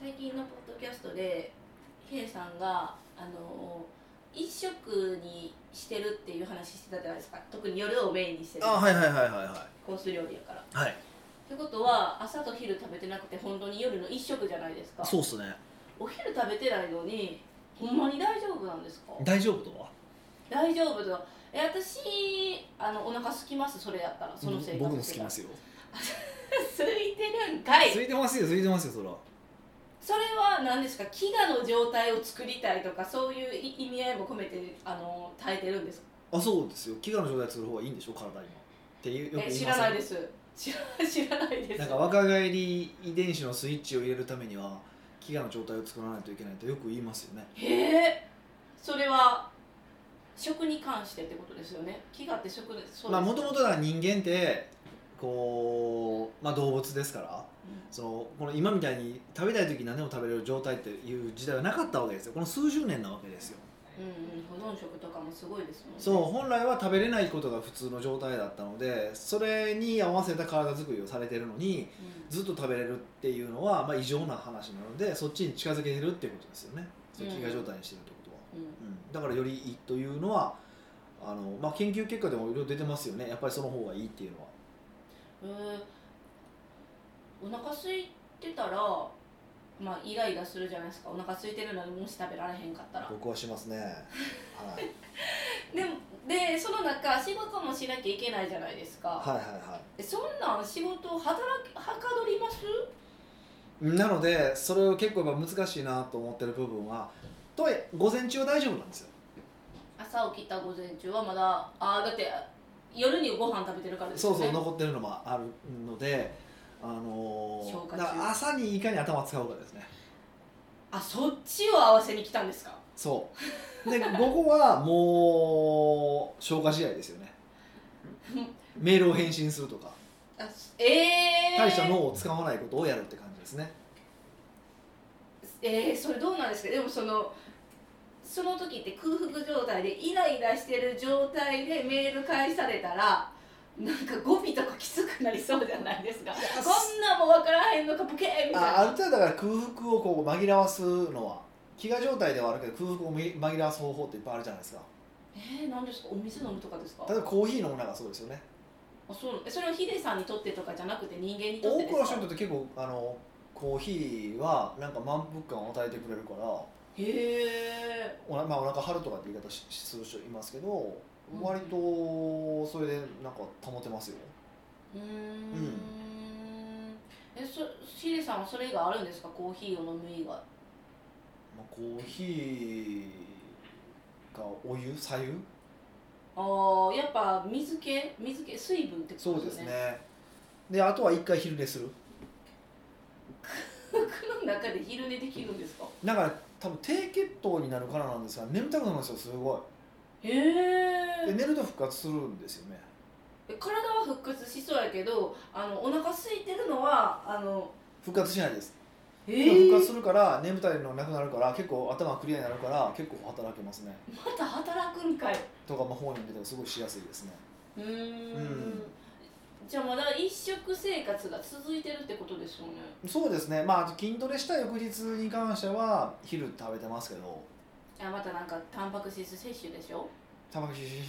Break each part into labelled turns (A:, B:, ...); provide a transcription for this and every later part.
A: 最近のポッドキャストで K さんがあの一食にしてるっていう話してたじゃないですか特に夜をメインにしてる
B: あはいはいはいはいは
A: コース料理やからっ
B: いはい
A: てことは朝と昼食べてなくて本当に夜の一食じゃないですか
B: そうっすね
A: お昼食べてないのにほんまに大丈夫なんですか
B: 大丈夫とは
A: 大丈夫とえ私あのお腹空きますそれやったらその生活
B: 僕も好きますすよ
A: 空いてるんかい
B: ついてますよついてますよそら
A: それは何ですか飢餓の状態を作りたいとかそういう意味合いも込めてあの耐えてるんですか
B: あそうですよ飢餓の状態する方がいいんでしょ体にもっていうよく
A: え
B: 言い
A: 知
B: ま
A: ら
B: せ
A: ない
B: ん
A: です知ら 知らないです
B: なんか若返り遺伝子のスイッチを入れるためには飢餓の状態を作らないといけないとよく言いますよね
A: へえそれは食に関してってことですよね飢餓って食でそうです
B: まあもともとだから人間ってこう、まあ、動物ですから
A: うん
B: そのこの今みたいに食べたい時に何でも食べれる状態っていう時代はなかったわけですよこの数十年なわけですよ
A: うんうん保存食とかもすごいですもんね
B: そう本来は食べれないことが普通の状態だったのでそれに合わせた体作りをされてるのに
A: うん
B: ずっと食べれるっていうのは、まあ、異常な話なのでそっちに近づけてるっていうことですよねそういう飢餓状態にしてるってことは、
A: うん
B: うん、だからよりいいというのはあの、まあ、研究結果でもいろいろ出てますよねやっぱりその方がいいっていうのは
A: えーお腹空いてたらまあイライラするじゃないですかお腹空いてるのにもし食べられへんかったら
B: 僕はしますねはい
A: でもでその中仕事もしなきゃいけないじゃないですか、
B: はいはいはい
A: えそんなん仕事を働きはかどります
B: なのでそれを結構やっぱ難しいなと思ってる部分はとはいえ午前中は大丈夫なんですよ
A: 朝起きた午前中はまだあーだって夜にご飯食べてるからです
B: そ
A: よ
B: う
A: ね
B: そう残ってるのもあるので、あのー
A: 消化中
B: だから朝にいかに頭使うかですね
A: あそっちを合わせに来たんですか
B: そうで午後はもう消化試合です よねメールを返信するとか
A: あすえー、
B: 大した脳を使わないことをやるって感じですね
A: えー、それどうなんですかでもそのその時って空腹状態でイライラしてる状態でメール返されたらなんか語尾とかきつくなりそうじゃないですかこんなんも分からへんのかボケーみたい
B: あある
A: な
B: 程度だから空腹をこう紛らわすのは飢餓状態ではあるけど空腹を紛らわす方法っていっぱいあるじゃないですか
A: えー、何ですかお水飲むとかですか
B: 例えばコーヒー飲むのがそうですよね
A: あそうなのえそれをヒデさんにとってとかじゃなくて人間にとっ
B: 多
A: てで
B: く
A: す
B: の
A: か
B: 人にとって結構あのコーヒーはなんか満腹感を与えてくれるか
A: へ
B: ら
A: え
B: おなまあ、お腹張るとかって言い方しする人いますけど
A: うん
B: 割とそれでなんか保てますよ
A: うーんえそヒデさんはそれ以外あるんですかコーヒーを飲む以外
B: まあ、コーヒーかお湯左右
A: ああやっぱ水系水系水分ってこと
B: そうですねであとは一回昼寝する
A: 服の中で昼寝できるんですか
B: だから多分低血糖になるからなんですが眠たくなるんですよすご
A: へ
B: いで
A: え
B: 寝ると復活するんですよね
A: 体は復活しそうやけどあのお腹空いてるのはあの
B: 復活しないです、
A: え
B: 復活するから眠たいのなくなるから結構頭クリアになるから結構働けますね
A: また働くんかい
B: とか、まあ、本読んでたらすごいしやすいですね
A: うーん
B: うん
A: じゃあまだ一食生活が続いてるってことですよね
B: そうですね、まああと、筋トレした翌日に関しては昼食べてますけど
A: あまたなんかタンパク質摂取でしょ
B: タバコ摂取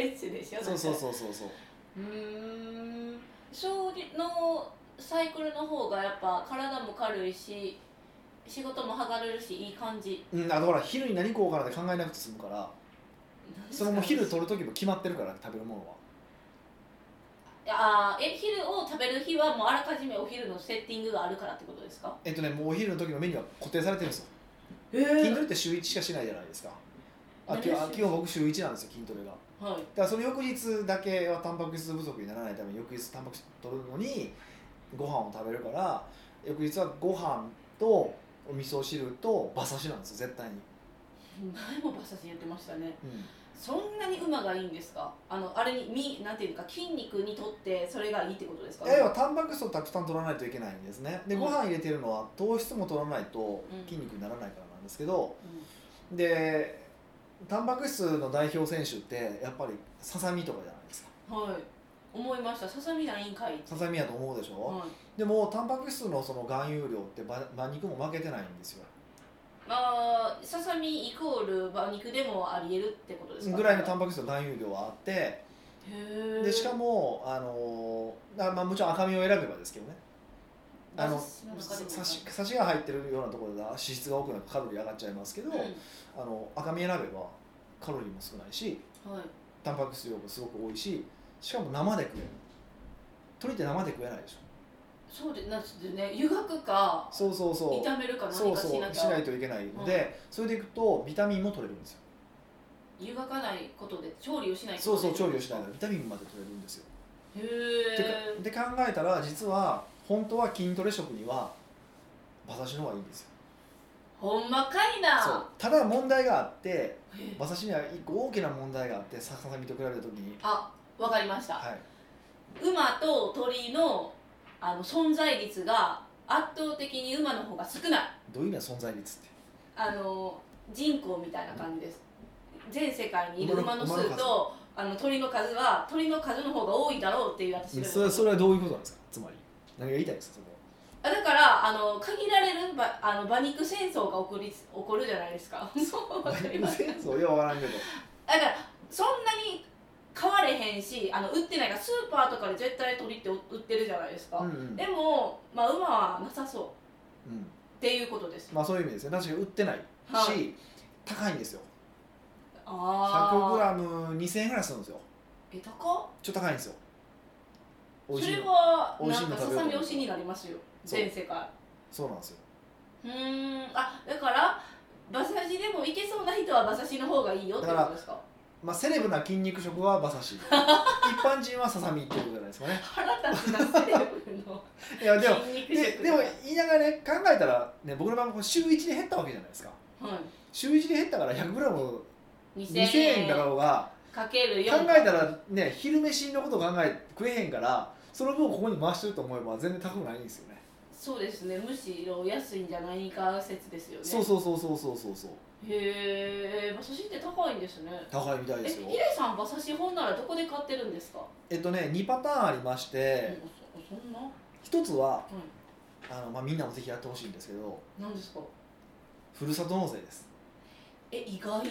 A: 摂取でしょ
B: そうそうそうそうそう
A: ううーんそのサイクルの方がやっぱ体も軽いし仕事もはがれるしいい感じ
B: うん、あだから昼に何食おうかなって考えなくて済むからそれも昼
A: と
B: 取る時も決まってるから食べるものは
A: あーえ昼を食べる日はもうあらかじめお昼のセッティングがあるからってことですか
B: えっとねもうお昼の時のメニューは固定されてるんですよ
A: ええ
B: 筋トレって週1しかしないじゃないですかあ今日あ
A: 何週
B: 今日僕週1なんですよ筋トレがだか
A: はい
B: らその翌日だけはタンパク質不足にならないために翌日タンパク質取るのにご飯を食べるから翌日はご飯とお味噌汁と馬刺しなんですよ絶対に、
A: 前も馬刺し言ってましたね
B: うん
A: そんなに馬がいいんですかあのあれにみなんていうか筋肉にとってそれがいいってことですか
B: いや要はタンパク質をたくさん取らないといけないんですねで
A: うん
B: ご飯入れてるのは糖質も取らないと
A: うん
B: 筋肉にならないからなんですけど
A: うん
B: でタンパク質の代表選手ってやっぱりささみとかじゃないですか
A: はい。思いましたささみないんかいって
B: ささみやと思うでしょ、
A: はい
B: でもタンパク質のその含有量って馬馬肉も負けてないんですよ
A: あーささみイコール馬肉でもありえるってことですか
B: ぐらいのタンパク質の含有量はあって
A: へ
B: でしか
A: も
B: もあのーあまあ、もちろん赤身を選べばですけどねあのサシサシが入ってるようなところでは脂質が多くなってカロリー上がっちゃいますけど、あの赤身選べばカロリーも少ないし
A: はい、
B: タンパク質量もすごく多いししかも生で食える鶏って生で食えないでしょ
A: そうでなんつってね湯がくか
B: そうそうそう
A: 炒めるか
B: そ
A: 何
B: う
A: か
B: そう
A: しなき
B: しな
A: ゃ
B: いといけないので、それでいくとビタミンも取れるんですよ
A: 湯がかないことで調理をしない
B: そうそう調理をしない
A: い
B: のでビタミンまで取れるんですよ
A: へ
B: てか
A: え
B: で考えたら実は本当は筋トレ食には馬刺しの方がいいんですよ
A: ほんまかいな
B: そうただ問題があって
A: え
B: 馬刺しには一個大きな問題があってささみと比べた時に
A: あわかりました、
B: はい
A: 馬と鳥のあの存在率が圧倒的に馬の方が少ない
B: どういう意味な存在率って
A: あの人口みたいな感じです全世界にいる馬
B: 馬の
A: の数とあの鳥の数は鳥の数の方が多いだろうっていう私の
B: それそれはどういうことなんですかつまり何が言いたいんですかそこ
A: あだからあの限られる馬あの馬肉戦争が起こり起こるじゃないですか そうわかりますだか
B: そうようわからんけど
A: らそんなに買われへんしあの売ってないからスーパーとかで絶対鳥って売ってるじゃないですか、
B: うんうん、
A: でも、まあ、馬はなさそう
B: う
A: っ
B: ん、
A: ていうことです
B: まあそういう意味ですね確かに売ってないし、
A: はい
B: 高いんですよ
A: ああ
B: 100g2000 円ぐらいするんですよ
A: え高
B: ちょっと高いんですよ美
A: っ
B: 味
A: そ
B: しい
A: れ
B: の
A: は
B: 美味し
A: ないん
B: の
A: か
B: 食
A: さ
B: べ
A: さ
B: よう
A: み推しになりますよ
B: そう
A: 全世界
B: そうなんですよ
A: うーんあだから馬刺しでもいけそうな人は馬刺しの方がいいよってことですか
B: まあセレブな筋肉食は馬 刺し一般人はささみっていうことじゃないですかね
A: 腹立つなセレブ の
B: い やでも
A: 筋肉
B: で
A: 食
B: でも言いながらね考えたらね僕の場合も週1で減ったわけじゃないですか
A: は
B: 週1で減ったから 100g2000
A: い、2000
B: 円
A: 円
B: だろうが
A: かける
B: 考
A: 4
B: えたらね昼飯のこと考え食えへんからその分ここに回してると思えば全然高くないんですよね
A: そうですねむしろ安いんじゃないか説ですよね
B: そうそうそうそうそうそうそう
A: へえ馬刺しって高いんですね
B: 高いみたい
A: え
B: ですよ
A: ヒデさん馬刺し本ならどこで買ってるんですか、
B: えっとね2パターンありまして
A: うんそそんな、は、
B: 一つはいあの、まあ、みんなもぜひやってほしいんですけど
A: 何ですか
B: ふるさと納税です
A: え意外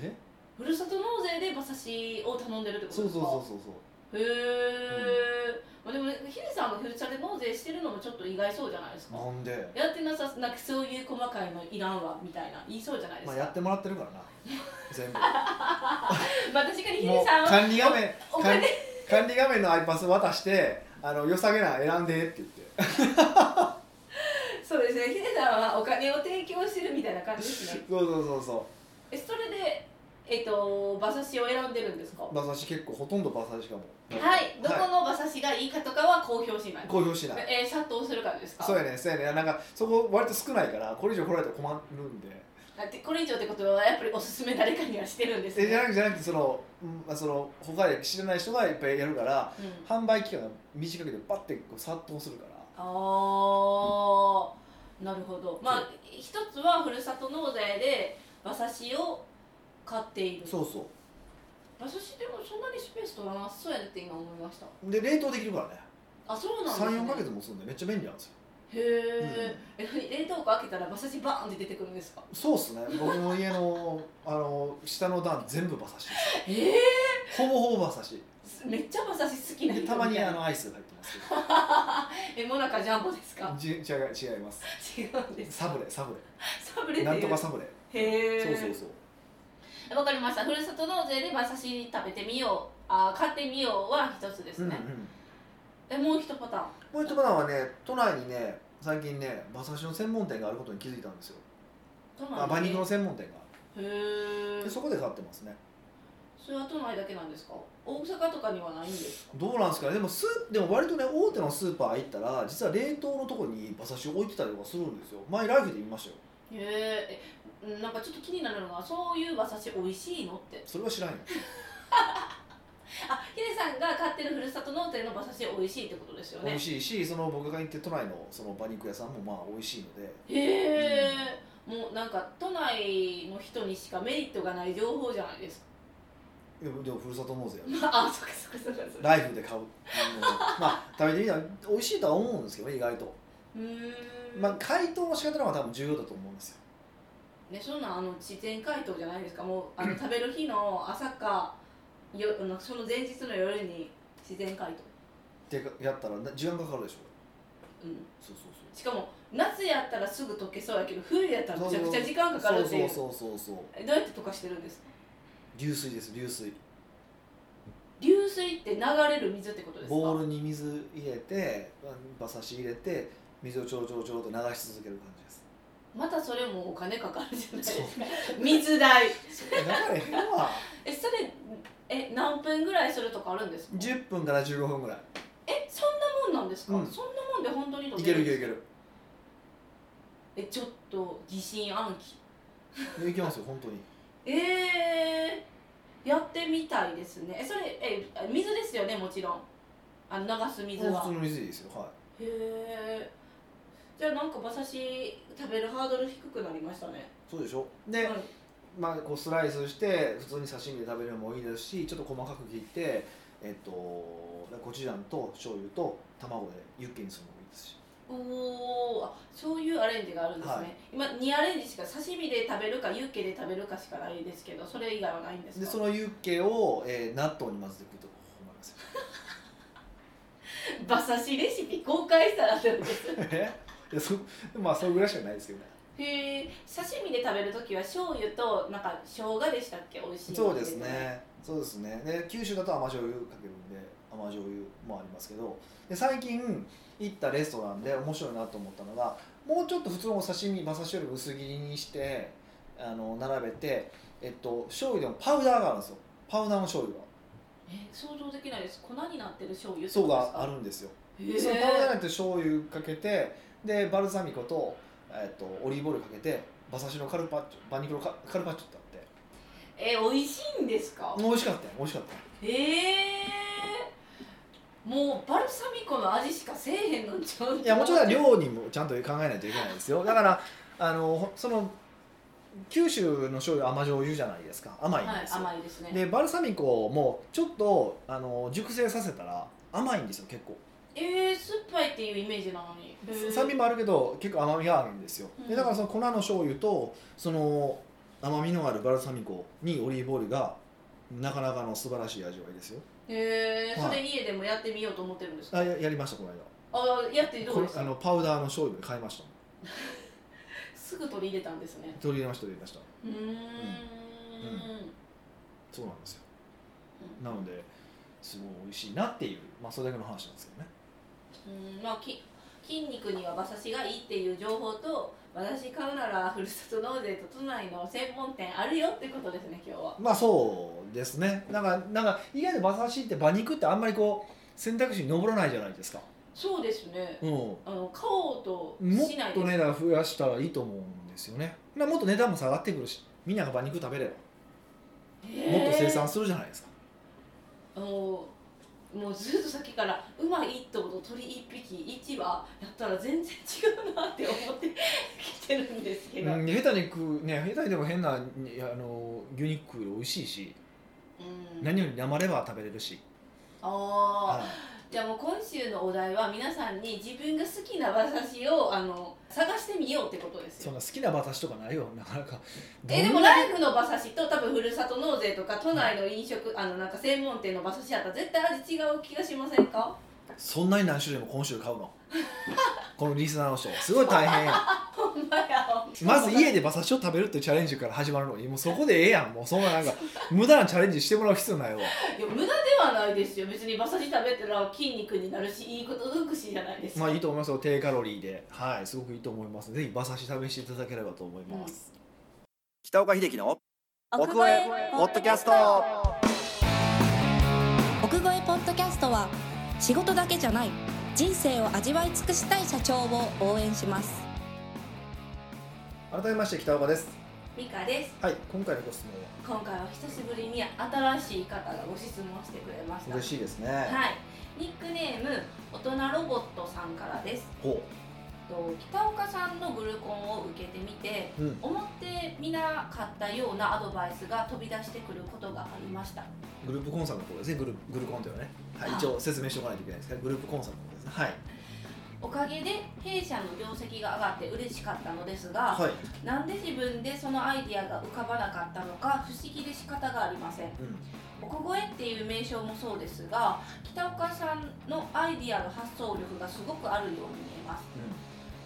B: え
A: ふるさと納税で馬刺しを頼んでるってこと
B: そ
A: で
B: う
A: す
B: そう
A: か
B: そうそうそう
A: へえ、まあ、でもねヒデさんがふるさと納税してるのもちょっと意外そうじゃないですか
B: なんで、
A: やってなさなんかそういう細かいのいらんわみたいな言いそうじゃないです
B: ま
A: か、
B: あ、やってもらってるから な全部
A: まあ確かにヒ
B: も
A: デ
B: う
A: さんは
B: 管理画面
A: お
B: 管
A: 金
B: 理管理画面の iPass 渡してあの良さげなの選んでって言って
A: そうですねヒデさんはお金を提供してるみたいな感じですね
B: そうそうそうそ
A: えそれでえっ、と馬刺しを選んでるんですか
B: う馬刺し結構ほとんど馬刺しかも
A: はいどこの馬刺しがいいかとかは公表しない、
B: 公表しない
A: えー、殺到する感じですか
B: そうやねそうやねなんかそこ割と少ないからこれ以上来られたら困るんで
A: だってこれ以上ってことはやっぱりおすすめ誰かにはしてるんです
B: えじ
A: ね、
B: ゃなくてじゃなくてその,、うんまあ、その他で知らない人がいっぱいやるから
A: うん、
B: 販売期間が短くてバッてこう殺到するから
A: ああなるほどまあ一つはふるさと納税で馬刺しを買っている
B: そうそ
A: 馬刺しでもそんなにスペース取らなそうやねって今思いました
B: うで冷凍できるからね
A: あそうなんですね
B: 34か月もするんでめっちゃ便利なんですよ
A: へえ、え何冷凍庫開けたら馬刺しバーンって出てくるんですか
B: そうっすね僕の家のあの下の段全部馬刺しです
A: ええ
B: ほぼほぼ馬刺し
A: めっちゃ馬刺し好きな
B: で
A: 人
B: たまにあ
A: の
B: のアイスが入ってます
A: えモナカジャンボですか
B: けどじ違う違います
A: 違うんです
B: サブレサブ
A: サブレ
B: レ
A: って
B: なん
A: い
B: と
A: う
B: かサブレ
A: へえ
B: そうそうそう
A: わかりましたふるさと納税で馬刺し食べてみようあ買ってみようは一つです
B: うんうん
A: ね、えもう一パターン
B: もう一パターンはね都内にね最近ね馬刺しの専門店があることに気づいたんですよ
A: 都内
B: あ馬肉の専門店が
A: へえ
B: あるでそこで買ってますね
A: それは都内だけなんですか大阪とかにはないんですか
B: どうなんですかねでもスーでも割とね大手のスーパー行ったら実は冷凍のとこに馬刺し置いてたりとかするんですよ前ライフで見ましたよ
A: へええなんかちょっと気になるのがそういう馬刺し美味しいのって
B: それは知らんよ
A: あヒデさんが買ってるふるさと納税の馬刺し美味しいってことですよ
B: 美
A: ね
B: 味しいしその僕が行って都内のその馬肉屋さんもまあ美味しいので
A: へえ、もうなんか都内の人にしかメリットがない情報じゃないですか
B: いやでもふるさと納税や
A: まああそっか そっかそっかそっか
B: ライフで買ううんまあ食べてみたら美味しいとは思うんですけどね意外と、
A: うーん
B: まあ、解凍の仕方の方が多分重要だと思うんですよ
A: ね、そんなんあの事前解凍じゃないですかもうあの食べる日の 朝かよあのその前日の夜に自然解凍、
B: ってかやったらな時間かかるでしょ
A: うん、
B: そうそ
A: しかも夏やったらすぐ溶けそうやけど冬やったらめちゃくちゃ時間か
B: うそ
A: か
B: う
A: るっていう
B: そうそうそうそう
A: どうやって溶かしてるんですか
B: 流水です流水
A: 流水って流れる水ってことですか
B: ボウルに水入れて馬刺し入れて水をちょろちょろちょろと流し続ける感じです
A: またそれもお金かかるじゃないですか 水代
B: 流れへんわ
A: えそれえ何分ぐらいするとかあるんですか
B: 10分から15分ぐらい
A: えそんなもんなんですか、
B: うん
A: そんなもんで本当に溶
B: い
A: け
B: け
A: る
B: る
A: ん
B: いけ
A: で
B: る
A: すか
B: いける
A: えちょっと疑心暗鬼
B: いけますよ本当に
A: えー、やってみたいですねえそれえ水ですよねもちろんあの流す水
B: 普
A: は
B: 通の水でいいですよは
A: へえじゃあなんか馬刺し食べるハードル低くなりましたね
B: いそうでしょで、
A: はい
B: まあ、こうスライスして普通に刺身で食べるのもいいですしちょっと細かく切ってえっとコチュジャンと醤油と卵でユッケにするのもいいですし
A: おおそういうアレンジがあるんですね、
B: はい
A: 今2アレンジしか刺身で食べるかユッケで食べるかしかないですけどそれ以外はないんですか
B: でそのユッケを、えー納豆に混ぜてくると思いますよ
A: 馬刺しレシピ公開したらどうです
B: えいやそまあそれぐらいしかないですけどね
A: へえ刺身で食べる時は醤油となんか生姜でしたっけ美味しいの
B: そうですね。そうですね。で九州だと甘醤油かけるんで甘醤油もありますけど、で最近行ったレストランで面白いなと思ったのが、もうちょっと普通のお刺身馬刺しより薄切りにしてあの並べて、えっと醤油でもパウダーがあるんですよ。パウダーの醤油が
A: え想像できないです粉になってる醤油って
B: そう
A: ことです
B: が
A: か
B: あるんですよ。
A: へ
B: で
A: え
B: そのパウダーなんて醤油かけて、でバルサミコとえっとオリーブオイルかけて馬刺しのカルパッチョ、バニクロカカルパッチョってあって、
A: え美味しいんですか
B: 美味しかったよ。美味しかったよ。
A: へえもうバルサミコの味しかせえへんのんちゃうい
B: いやもちろん量にもちゃんと考えないといけないですよだからあのほその九州の醤油甘醤油じゃないですか甘いん
A: は
B: で
A: い
B: すよ、
A: 甘いですね
B: でバルサミコもちょっとあの熟成させたら甘いんですよ結構
A: えー、酸っぱいっていうイメージなのにへえ
B: 酸味もあるけど結構甘みがあるんですよ
A: うん
B: でだからその粉の醤油とその甘みのあるバルサミコにオリーブオイルがなかなかの素晴らしい味わいですよ
A: へえ
B: はい
A: それ家でもやってみようと思ってるんですか
B: あややりましたこの間
A: あやってど
B: こ
A: う
B: れ
A: です
B: あ
A: か
B: のパウダーの醤油買いました
A: すぐ取り入れたんですね
B: 取り入れました取り入れました
A: うーん
B: そうなんですよ
A: うん
B: なのですごい美味しいなっていう、まあ、それだけの話なんですけどね
A: うんまあ、き筋肉には馬刺しがいいっていう情報と私買うならふるさと納税と都内の専門店あるよってことですね今日は
B: まあそうですねなんかなんか意外と馬刺しって馬肉ってあんまりこう選択肢に上らないじゃないですか
A: そうですね
B: うん
A: あの買おうと
B: もっ
A: しない
B: と
A: です
B: 値段増やしたらいいと思うんですよねなもっと値段も下がってくるしみんなが馬肉食べれば
A: へー
B: もっと生産するじゃないですか、
A: あのもうずっと先からうまい一頭と鳥一匹一羽やったら全然違うなって思ってきてるんですけど、うん
B: うん、下手に食うね下手にでも変なにあの牛肉食うより美味しいし何より生レバー食べれるし、
A: ああ、
B: はい
A: じゃあもう今週のお題は皆さんに自分が好きな馬刺しをあの探してみようってことです
B: そん
A: よ
B: な好きな馬刺しとかないよなかなか
A: えで
B: ど
A: も
B: んな
A: ライフの馬刺しと多分ふるさと納税とか都内の飲食、あのなんか専門店の馬刺しやったら絶対味違う気がしませんか
B: そんなに何種類も今週買うの このリスナーの人すごい大変 や
A: ほんまや
B: まず家で馬刺しを食べるっていうチャレンジから始まるのにもうそこでええやんもうそんななんか無駄なチャレンジしてもらう必要ないわ
A: いや無駄ではないですよ別に馬刺し食べたら筋肉になるしいいこと尽くしじゃないですか、
B: まあいいと思いますよ低カロリーではいすごくいいと思いますぜひ馬刺し試していただければと思います、北岡秀樹の奥越えポッドキャスト
C: 奥越えポッドキャストは仕事だけじゃない人生を味わい尽くしたい社長を応援します
B: 改めまして北岡です
A: ミカです
B: はい今回のご質問は
A: 今回は久しぶりに新しい方がご質問してくれました
B: 嬉しいですね、
A: はいニックネーム大人ロボットさんからです
B: ほ
A: と北岡さんのグルコンを受けてみて
B: う、うん、
A: 思って見なかったようなアドバイスが飛び出してくることがありました
B: グループコンサルのことですねグルグルコンというのはね、はい、一応説明しておかないといけないですからグループコンサルのことですねはい
A: おかげで弊社の業績が上がって嬉しかったのですが、
B: はい、
A: なんで自分でそのアイディアが浮かばなかったのか不思議で仕方がありません
B: う
A: 奥越えっていう名称もそうですが北岡さんのアイディアの発想力がすごくあるように見えます
B: ん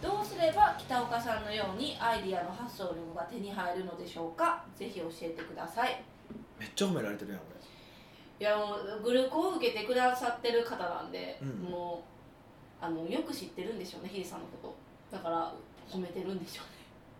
A: どうすれば北岡さんのようにアイディアの発想力が手に入るのでしょうかぜひ教えてください
B: めっちゃ褒められてるやん
A: いやもうグルコを受けてくださってる方なんで、
B: うん
A: もうあのよく知ってるんでしょうねヒデさんのことだから褒めてるんでしょうね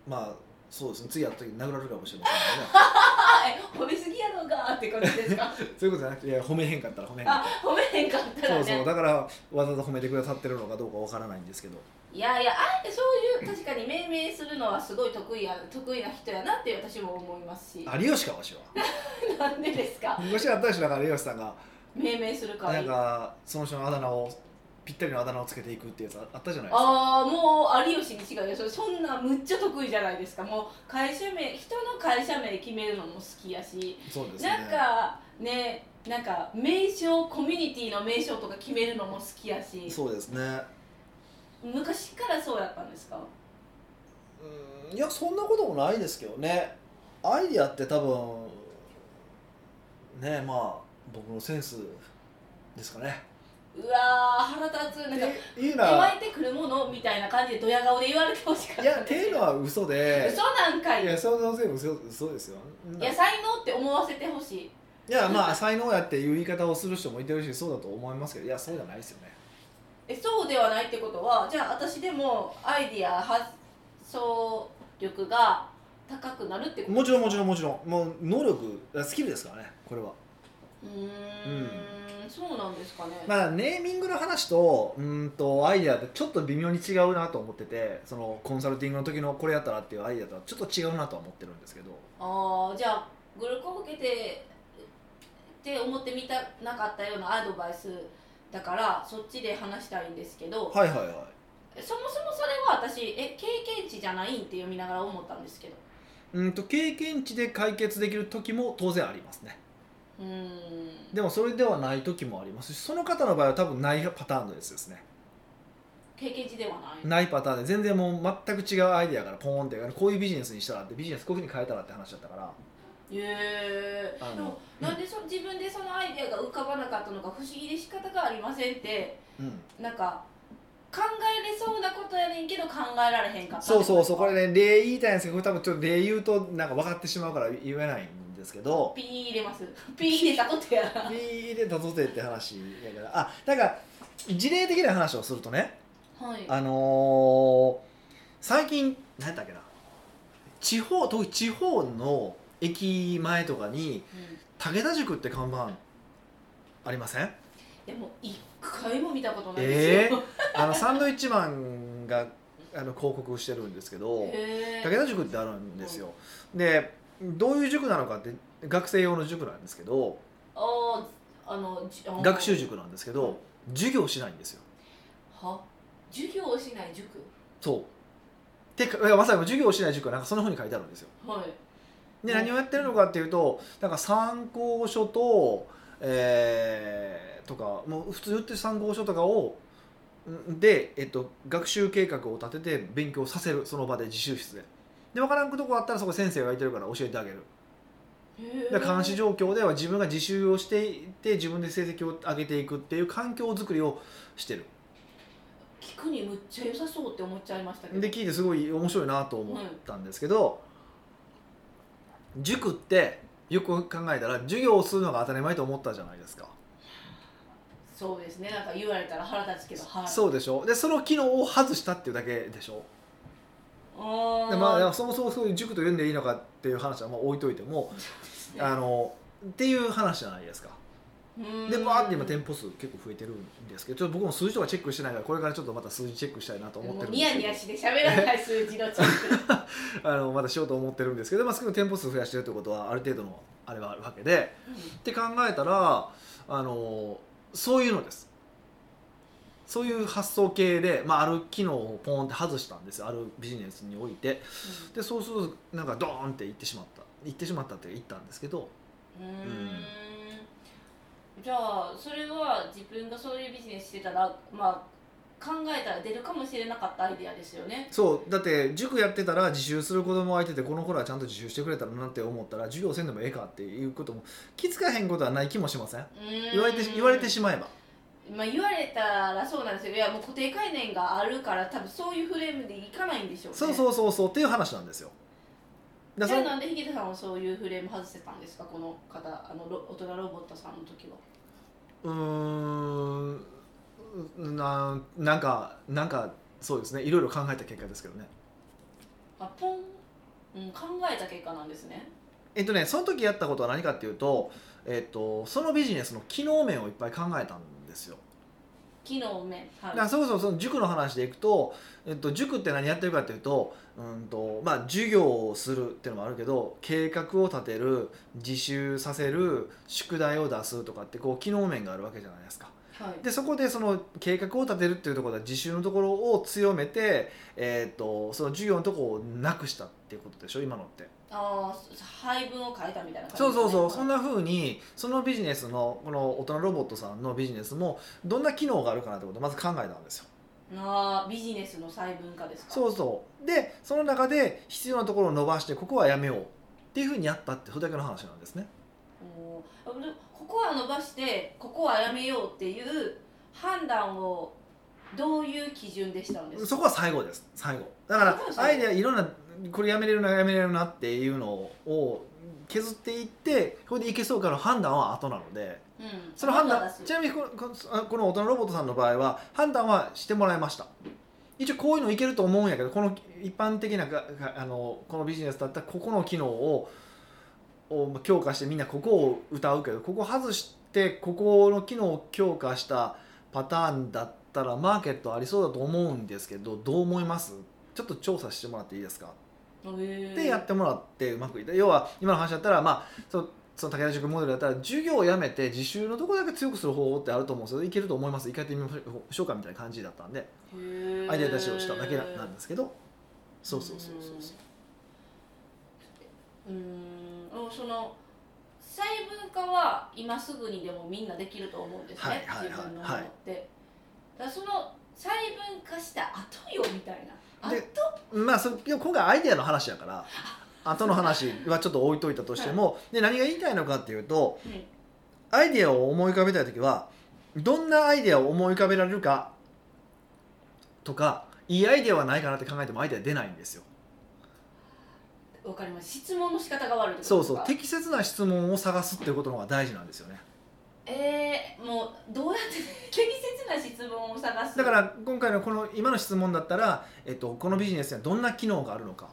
B: 俺まあそうですね次やった時に殴られるかもしれま
A: はい褒めすぎやろうがって感じですか
B: せんねそういうことじゃなくていや褒めへんかったら褒めへんかっ
A: あ褒めへんかったら
B: たそ
A: ね
B: うそうだからわざわざ褒めてくださってるのかどうかわからないんですけど
A: いやいやあえてそういう確かに命名するのはすごい得意や得意な人やなって私も思いますし
B: 有吉かわしは
A: なんでですか
B: 昔あったでしょだから有吉さんが
A: 命名するか
B: な
A: ら
B: んかその人のあだ名をぴったりのあだ名をつけていくってやつあったじゃないですか
A: ああもう有吉に違うよそれそんなむっちゃ得意じゃないですかもう会社名人の会社名決めるのも好きやし、
B: そうですね
A: なんかねなんか名称コミュニティの名称とか決めるのも好きやし
B: そうですね
A: 昔からそうやったんですか
B: うんいやそんなこともないですけどねアイディアって多分ねまあ僕のセンスですかね
A: うわー腹立つなんか
B: っていうの
A: 湧
B: はい
A: てくるものみたいな感じでドヤ顔で言われてほしか
B: い
A: った
B: や
A: ん
B: っ
A: で
B: て
A: す
B: い
A: け
B: う
A: ど
B: のは嘘で
A: 嘘なんかい
B: い
A: い
B: やその全部嘘嘘ですよ
A: いや才能って思わせてほしい
B: いやまあ才能やっていう言い方をする人もいてるしそうだと思いますけどいやそうじゃないですよね
A: えそうではないってことはじゃあ私でもアイディア発想力が高くなるってこと
B: もちろんもちろんもちろんもう能力スキルですからねこれは
A: うーんそうなんですかね、
B: まあネーミングの話とうーんとアイデアってちょっと微妙に違うなと思っててそのコンサルティングの時のこれやったらっていうアイデアとはちょっと違うなとは思ってるんですけど
A: あーじゃあグルコを受けてって思ってみたなかったようなアドバイスだからそっちで話したいんですけど、
B: はいはいは
A: そもそもそれは私え経験値じゃないんって読みながら思ったんですけど
B: いうんと経験値で解決できる時も当然ありますね
A: うーん
B: でもそれではない時もありますしその方の場合は多分ないパターンのやつですね
A: 経験値ではない
B: ないパターンで全然もう全く違うアイデアからポーンってこういうビジネスにしたらってビジネスこういうふうに変えたらって話だったから
A: へえ
B: あの
A: でもなんでそ自分でそのアイデアが浮かばなかったのか不思議で仕方がありませんって
B: うん
A: なんか考えれそうなことやねんけど考えられへんかった
B: そうそうそうこ
A: れ
B: れね例言いたいんですけどこれ多分ちょっと例言うとなんか分かってしまうから言えないんですけど
A: ピー入れますピー入れたことやな
B: 入れたとてって話やからあだから事例的な話をするとね
A: はい
B: あのー最近何やったっけな地方特に地方の駅前とかに
A: うん
B: 武田塾って看板ありません
A: でも一回も見たことないで
B: え
A: すよ
B: あのサンドイッチマンがあの広告してるんですけど、
A: へ
B: 武田塾ってあるんですよ、でどういう塾なのかって学生用の塾なんですけど
A: あーあのじあー
B: 学習塾なんですけど授業しないんですよ
A: は授業をしない塾
B: そうてかいやまさに授業をしない塾はなんかそんなふうに書いてあるんですよ
A: はい
B: で
A: うん
B: 何をやってるのかっていうとなんか参考書とえーとかもう普通に売ってる参考書とかをんで、えっと、学習計画を立てて勉強させるその場で自習室でで分からんとこあったらそこ先生がいてるから教えてあげる
A: へ
B: で監視状況では自分が自習をしていて自分で成績を上げていくっていう環境づくりをしてる
A: 聞くにむっちゃ良さそうって思っちゃいましたけど
B: で聞いてすごい面白いなと思ったんですけど、塾ってよく考えたら授業をするのが当たり前と思ったじゃないですか、
A: そうですねなんか言われたら腹立つけどはい
B: そうでしょでその機能を外したっていうだけでしょ
A: あ
B: で、まあ、そもそもそういう塾と呼んでいいのかっていう話はまあ置いといてもあのっていう話じゃないですかでバーって今店舗数結構増えてるんですけどちょっと僕も数字とかチェックしてないからこれからちょっとまた数字チェックしたいなと思って
A: も
B: る
A: うん
B: ですけど
A: ニヤニヤして喋らない数字のチェッ ク
B: あのまだしようと思ってるんですけど、まあ、少なくとも店舗数増やしてるってことはある程度のあれはあるわけでって考えたらあのそういうのですそういう発想系で、まあ、ある機能をポーンって外したんですあるビジネスにおいてでそうするとなんかドーンって行ってしまった行ってしまったっていうか行ったんですけど
A: うんうーんじゃあそれは自分がそういうビジネスしてたらまあ考えたら出るかもしれなかったアイデアですよね
B: そうだって塾やってたら自習する子供相手でこの頃はちゃんと自習してくれたらなって思ったら授業せんでもええかっていうことも気づかへんことはない気もしません
A: うーん
B: 言われて言われてしまえば
A: まあ、言われたらそうなんですよいやもう固定概念があるから多分そういうフレームでいかないんでしょうね
B: そうそうそうそうっていう話なんですよだ
A: じ
B: か
A: ゃあ
B: らその
A: なんでヒゲタさんはそういうフレーム外せたんですかこの方あのロ大人ロボットさんの時は
B: うーんななんかなんかそうですねいろいろ考えた結果ですけどね
A: あポン、うん、考えた結果なんですね
B: えっとねその時やったことは何かっていうと、えっと、そのビジネスの機能面をいっぱい考えたんですよ
A: 機能面は
B: だ
A: い
B: からそもそもその塾の話でいくと、えっと、塾って何やってるかっていうとうんと、まあ、授業をするっていうのもあるけど計画を立てる自習させる宿題を出すとかってこう機能面があるわけじゃないですか。
A: はい
B: でそこでその計画を立てるっていうところは自習のところを強めて、えっとその授業のところをなくしたっていうことでしょ今のって。
A: ああ配分を変えたみたいな感じです
B: そ
A: ね
B: うそうそう、そん
A: な
B: な風にそのビジネスのこの大人ロボットさんのビジネスもどんな機能があるかなってことをまず考えたんですよ
A: あービジネスの細分化ですか
B: そうそうでその中で必要なところを伸ばしてここはやめようっていう風にやったってそれだけの話なんですね
A: おーでもここは伸ばしてここはやめようっていう判断をどういう基準でしたんですか
B: そこは最後です最後だか
A: そこは
B: らア
A: 最
B: イ
A: 後
B: デアいろんなこれやめれるなやめれるなっていうのを削っていってこれでいけそうかの判断は後なので
A: うん
B: その判
A: まだ
B: 断
A: 出す
B: ちなみにこのこのあこの大人ロボットさんの場合は判断はしてもらいました一応こういうのいけると思うんやけどこの一般的なががあのこのビジネスだったらここの機能をを強化してみんなここを歌うけどここ外してここの機能を強化したパターンだったらマーケットありそうだと思うんですけどどう思いますちょっと調査してもらっていいですか
A: へー
B: でやってもらってうまくいった要は今の話だったらまあそその武田塾モデルだったら授業をやめて自習のとこだけ強くする方法ってあると思うんですけどいけると思います一回やってみましょうかみたいな感じだったんで
A: へー
B: アイデア出しをしただけななんですけどそうそうそうそうそう
A: うーんでもその細分化は今すぐにでもみんなできると思うんですね、
B: はいはいはい
A: 自分のものって、だからその細分化した後よみたいな
B: で
A: 後
B: まあそでも今回アイデアの話やから後の話はちょっと置いといたとしてもで何が言いたいのかっていうと
A: うん
B: アイデアを思い浮かべたい時はどんなアイデアを思い浮かべられるかとかいいアイデアはないかなって考えてもアイデア出ないんですよ
A: わかります質問の仕方が悪いってこと
B: そう
A: です
B: そ
A: か
B: う適切な質問を探すっていうことの方が大事なんですよね
A: えー、もうどうやって 適切な質問を探す
B: だから今回のこの今の質問だったら、えっと、このビジネスにはどんな機能があるのか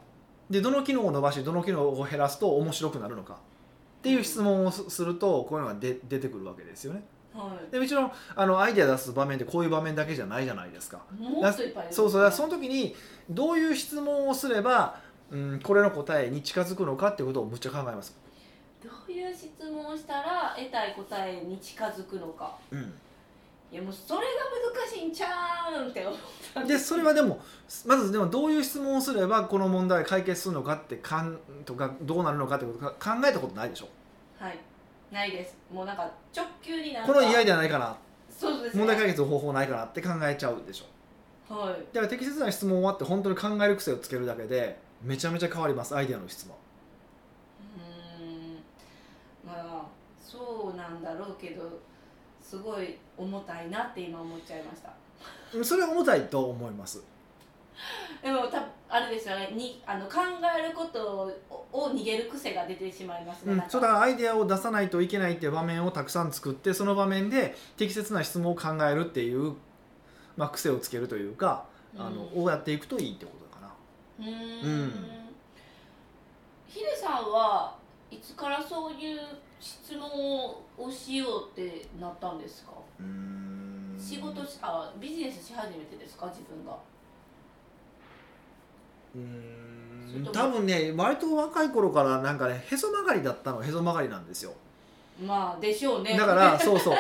B: でどの機能を伸ばしどの機能を減らすと面白くなるのかっていう質問をすするとこういうのがで出てくるわけですよね
A: はい
B: でもちろんあのアイデア出す場面ってこういう場面だけじゃないじゃないですか
A: もっといっぱいありますね
B: そうそうだからその時にどういう質問をすれば、うん、これの答えに近づくのかっていうことをむっちゃ考えます、
A: どういう質問をしたら得たい答えに近づくのか
B: うん、
A: いやもうそれが難しいんちゃうんって思ったん
B: でそれはでもまずでもどういう質問をすればこの問題を解決するのかってかんとかどうなるのかってことか考えたことないでしょ
A: はいないですもうなんか直球になんか
B: この嫌いじゃないかな
A: そうですね
B: 問題解決の方法ないかなって考えちゃうでしょ
A: はい
B: だから適切な質問はって本当に考える癖をつけるだけでめちゃめちゃ変わりますアイデアの質問
A: うーんまあそうなんだろうけどすごい重たいなって今思っちゃいました
B: うんそれは重たいと思います
A: でもたあれですよねにあの考えることをを逃げる癖が出てしまいますね、
B: うん
A: なん、か
B: そうだからアイデアを出さないといけないっていう場面をたくさん作ってその場面で適切な質問を考えるっていう、まあ、癖をつけるというかあの、
A: うん
B: をやっていくといいってことかな
A: うー
B: うんん
A: ヒデさんはいつからそういう質問をしようってなったんですか
B: うん
A: 仕事しあビジネスし始めてですか自分が
B: う
A: それと
B: ーん
A: も
B: 多分ね割と若い頃からなんかねへそ曲がりだったのはへそ曲がりなんですよ
A: まあでしょうね
B: だからそうそう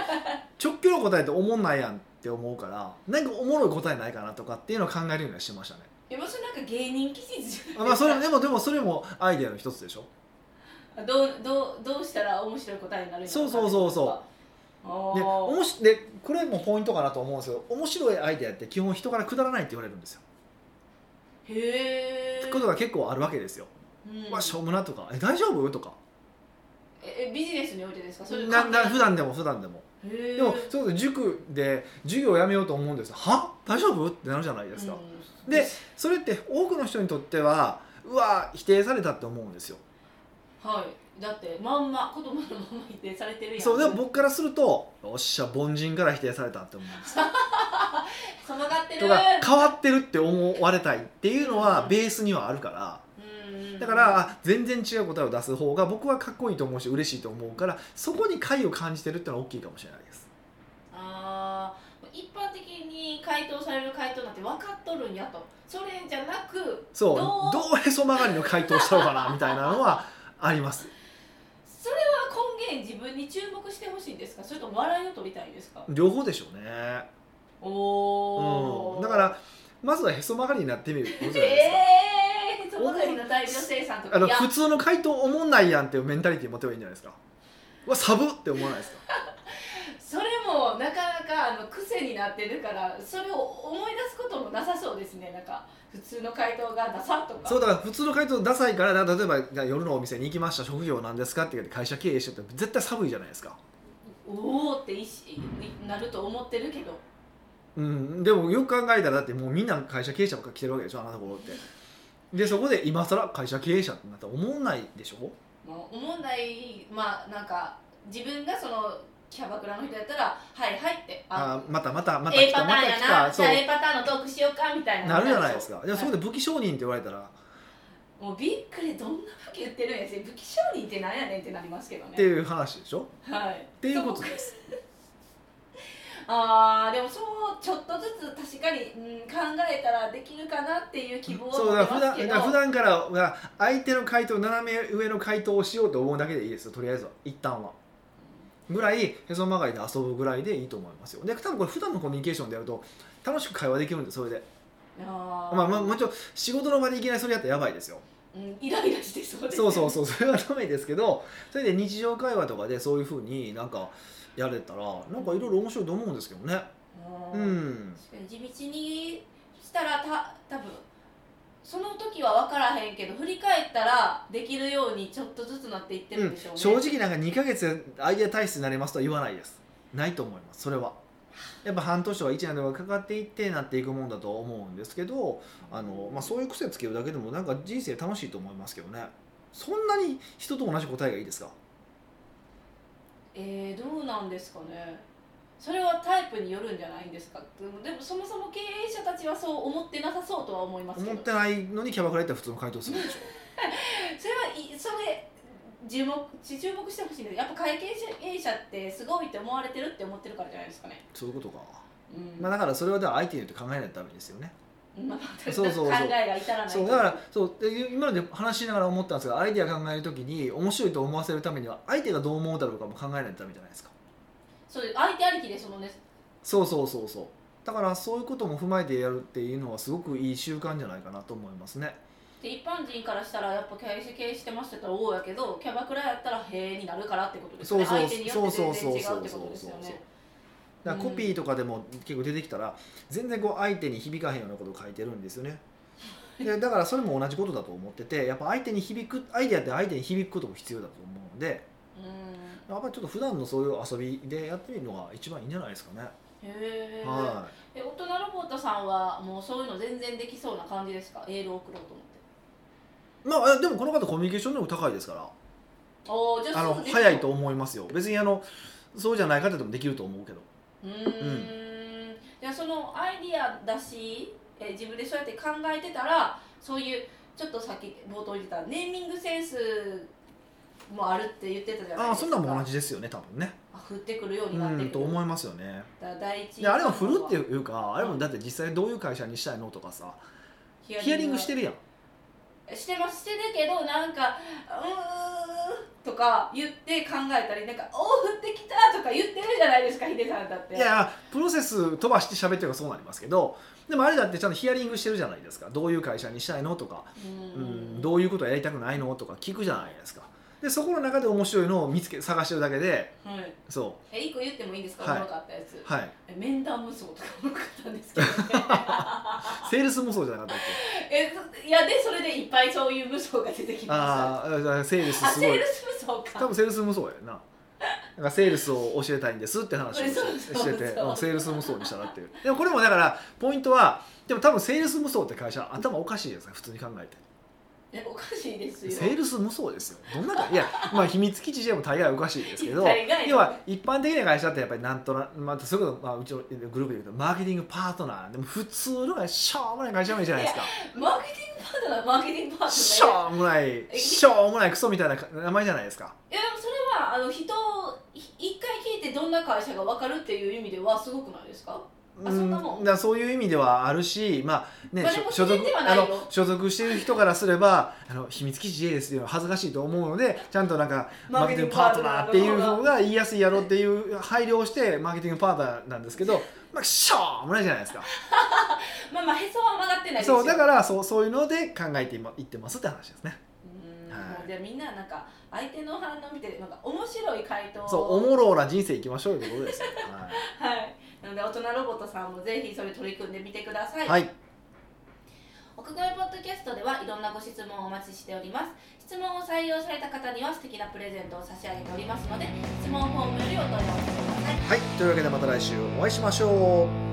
B: 直球の答えって思んないやんっって思うからなんかおもろい答えないかなとかっていうのを考えるようにはしてましたね
A: いやまあそれなんか芸人気質じゃ
B: あ、
A: ない
B: まあ、それも
A: ね
B: でもでもそれもアイデアの一つでしょ
A: どうどうどうしたら面白い答えになる
B: そうそうそうそう
A: あ
B: で
A: ー
B: おもしでこれもポイントかなと思うんですけど面白いアイデアって基本人からくだらないって言われるんですよ
A: へえ
B: ことが結構あるわけですよ、
A: うん
B: まあしょうもなとか「え大丈夫?」とか
A: ええビジネスにおいてですかそれ
B: なな普
A: 段
B: 段でも普段でも
A: へえ
B: でもそうです塾で授業をやめようと思うんですは大丈夫ってなるじゃないですか、
A: うん
B: でそれって多くの人にとってはうわ否定されたって思うんですよ
A: はいだってまんま言葉のまま否定されてるやん
B: そうでも僕からするとよっしゃ凡人から否定されたって思うんですよ
A: 染まってる
B: とか変わってるって思われたいっていうのはベースにはあるからだからあ全然違う答えを出す方が僕はかっこいいと思うし嬉しいと思うからそこに快を感じてるってのは大きいかもしれないです
A: あー一般的に回答される回答なんて分かっとるんやとそれじゃなく
B: そう
A: どう
B: どうへそ曲がりの回答したのかなみたいなのはあり ます
A: それは根源自分に注目してほしいんですかそれとも笑いを取りたいんですか
B: 両方でしょうね
A: おお、
B: うん、だからまずはへそ曲がりになってみることじゃないですか、
A: ええー、そこの大女性さんとか
B: あの
A: いや
B: 普通の回答思んないやんっていうメンタリティー持てばいいんじゃないですかうわサブって思わないですか
A: それもなかなかあの癖になってるからそれを思い出すこともなさそうですねなんか普通の回答がダサとか
B: そうだから普通の回答ダサいから例えば夜のお店に行きました職業なんですかって言って会社経営してたら絶対寒いじゃないですか
A: おおって意識になると思ってるけど
B: うんでもよく考えたらだってもうみんな会社経営者ばっかり来てるわけでしょあのところってでそこで今更会社経営者ってなったら思んないでしょ
A: まあ、おもんないまあなんか自分がそのキャバクラの人やったら「はいはい」って「
B: あまたまたまた
A: A
B: 来
A: パタ
B: たま
A: ーン
B: た
A: や
B: 来
A: な
B: た
A: じ
B: そ
A: ゃあ
B: う
A: A パターンのトークしようか」みたいな
B: なるじゃないですかでもそこ
A: で
B: で武器商人って言われたら
A: もうびっくりどんな武器言ってるんやし武器商人ってなんやねんってなりますけど
B: って
A: ね
B: いう話でしょ
A: はい
B: っていうことです
A: あーでもそうちょっとずつ確かに、うん、考えたらできるかなっていう希望は
B: そう
A: 持
B: だ
A: て
B: から普
A: ます
B: 段
A: けど
B: だから普段からだから相手の回答斜め上の回答をしようと思うだけでいいですよとりあえずは一旦はぐらいへそ曲がりで遊ぶぐらいでいいと思いますよで多分これ普段のコミュニケーションでやると楽しく会話できるんでそれで
A: あー
B: まあまあもちろん仕事の場でいきなりそれやったらやばいですよ
A: うん、イライラしてそうです
B: そうそうそうそれはダメですけどそれで日常会話とかでそういうふうになんかやれたらなんかいろいろ面白いと思うんですけどね
A: あー
B: うん
A: 確かに地道にしたらた多分その時は分からへんけど振り返ったらできるようにちょっとずつなっていって
B: う
A: るん
B: ん
A: でしょうね、
B: 正直なんか2ヶ月アイデア体質になりますとは言わないですないと思いますそれはやっぱ半年とか1年とかかかっていってなっていくもんだと思うんですけどあの、まあ、そういう癖つけるだけでもなんか人生楽しいと思いますけどねそんなに人と同じ答えがいいですか
A: えー、どうなんですかねそれはタイプによるんじゃないんですかでもでもそもそも経営者たちはそう思ってなさそうとは思いますけ
B: 思っ
A: ど
B: てないのにキャバクラ行ったら普通の回答する でしょ
A: それはいそれ注目注目してほしいんだけどやっぱ会計者ってすごいって思われてるって思ってるからじゃないですかね、
B: そういうことか、
A: うん
B: まあ、だからそれはでは相手によって考えないとダメですよね
A: まあ
B: そうそうそう
A: 考えが至らない
B: そうだからそうで今まで話しながら思ったんですがアイデア考える時に面白いと思わせるためには相手がどう思うだろうかも考えないとダメじゃないですか
A: そう相手ありきでそのね
B: そうそうそうそうだからそういうことも踏まえてやるっていうのはすごくいい習慣じゃないかなと思いますね
A: で一般人からしたらやっぱ会社経営してましたら王やけどキャバクラやったらへえになるからってことですよね
B: そうそう
A: 相手によって全然違
B: そ
A: っ
B: ううそう
A: て
B: そう
A: こ
B: そう
A: とですよね
B: だからコピーとかでも結構出てきたら、全然こう相手に響かへんようなことを書いてるんですよ ねでだからそれも同じことだと思っててやっぱ相手に響くアイデアって相手に響くことも必要だと思うので
A: うん
B: やっぱりちょっと普段のそういう遊びでやってみるのが一番いいんじゃないですかね、
A: へー
B: はい
A: え大人ロボットさんはもうそういうの全然できそうな感じですかエールを送ろうと思って
B: まあえでもこの方コミュニケーション能力高いですから
A: おおじゃあ
B: あ
A: す
B: の
A: ぐできそう
B: 早いと思いますよ別にあのそうじゃない方でもできると思うけど
A: うーんじゃあそのアイディアだしえ自分でそうやって考えてたらそういうちょっとさっき冒頭言ってたネーミングセンスもあるって言ってたじゃないですか
B: ああそんなんも同じですよね多分ね
A: あ降ってくるようになって
B: う
A: く
B: ん
A: る
B: と思いますよね
A: だ第一
B: であれは振るっていうかあれもだって実際どういう会社にしたいのとかさヒアリングして
A: る
B: るやん
A: してますしてるけどなんか「うー」とか言って考えたりなんか「おー降ってきた」とか言ってるじゃないですかヒデさんだって
B: いやプロセス飛ばして喋ってるからそうなりますけどでもあれだってちゃんとヒアリングしてるじゃないですかどういう会社にしたいのとか、
A: う
B: うんん、どういうことやりたくないのとか聞くじゃないですかでそこの中で面白いのを見つけ探してるだけで
A: はい
B: そ
A: え一個言ってもいいんですか、
B: はい
A: おもろかったやつ
B: うはい
A: え面談無双とかおもろかったんですけどね
B: セールスもそうじゃなかったっ
A: えそいやでそれでいっぱい そういう無双が出てき
B: け
A: ました
B: あーあセールス
A: あ
B: すご
A: セー
B: い
A: ルス無双か
B: 多分セールスもそうやななんかセールスを教えたいんですって話をし
A: そう
B: て
A: そう
B: してて
A: そう
B: うんセールス無双にしたなっていうでもこれもだからポイントはでも多分セールス無双って会社頭おかしいじゃないですか普通に考えて
A: えおかしいですよ
B: セールス無双ですよどんなかいやまあ秘密基地でも大概おかしいですけど
A: 大概
B: 要は一般的な会社ってやっぱりなんとなまあ、そういうこと、まあ、うちのグループで言うとマーケティングパートナーでも普通のがしょうもない会社名じゃないですか
A: マーケティングパートナーマーケティングパートナー
B: しょうもないしょうもないクソみたいな名前じゃないですか
A: いやでもそれはあの人をひ一回聞いてどんな会社が分かるっていう意味ではすごくないですかあそんなもん
B: うだからそういう意味ではあるし、まあね
A: まあでも
B: 所所
A: 自然で
B: 属
A: は
B: あ
A: ないよ
B: の所属してる人からすればあの秘密基地 A ですよ恥ずかしいと思うのでちゃんとなんかマ
A: マ
B: ー
A: ーケ
B: ケテ
A: テ
B: ィ
A: ィ
B: ン
A: ングパー
B: グパート
A: ト
B: ナ
A: ナ
B: ー
A: ー
B: っていう方が言いやすいやろっていう配慮をしてマーケティングパートナーなんですけど、まあ、しょうもないじゃないですか
A: まあまあへそは曲がってないですよ
B: そうだからそうそういうので考えて今言ってますって話ですね
A: うーん
B: はい
A: もうじゃあみんななんか相手の反応見てなんか面白い回答を
B: そうおもろな人生いきましょうということですよ、
A: はいなので大人ロボットさんもぜひそれ取り組んでみてくださ、
B: はいい、はい、
A: 屋外ポッドキャストではいろんなご質問をお待ちしております質問を採用された方には素敵なプレゼントを差し上げておりますので質問フォームよりお問い合わせください
B: はい、というわけでまた来週お会いしましょう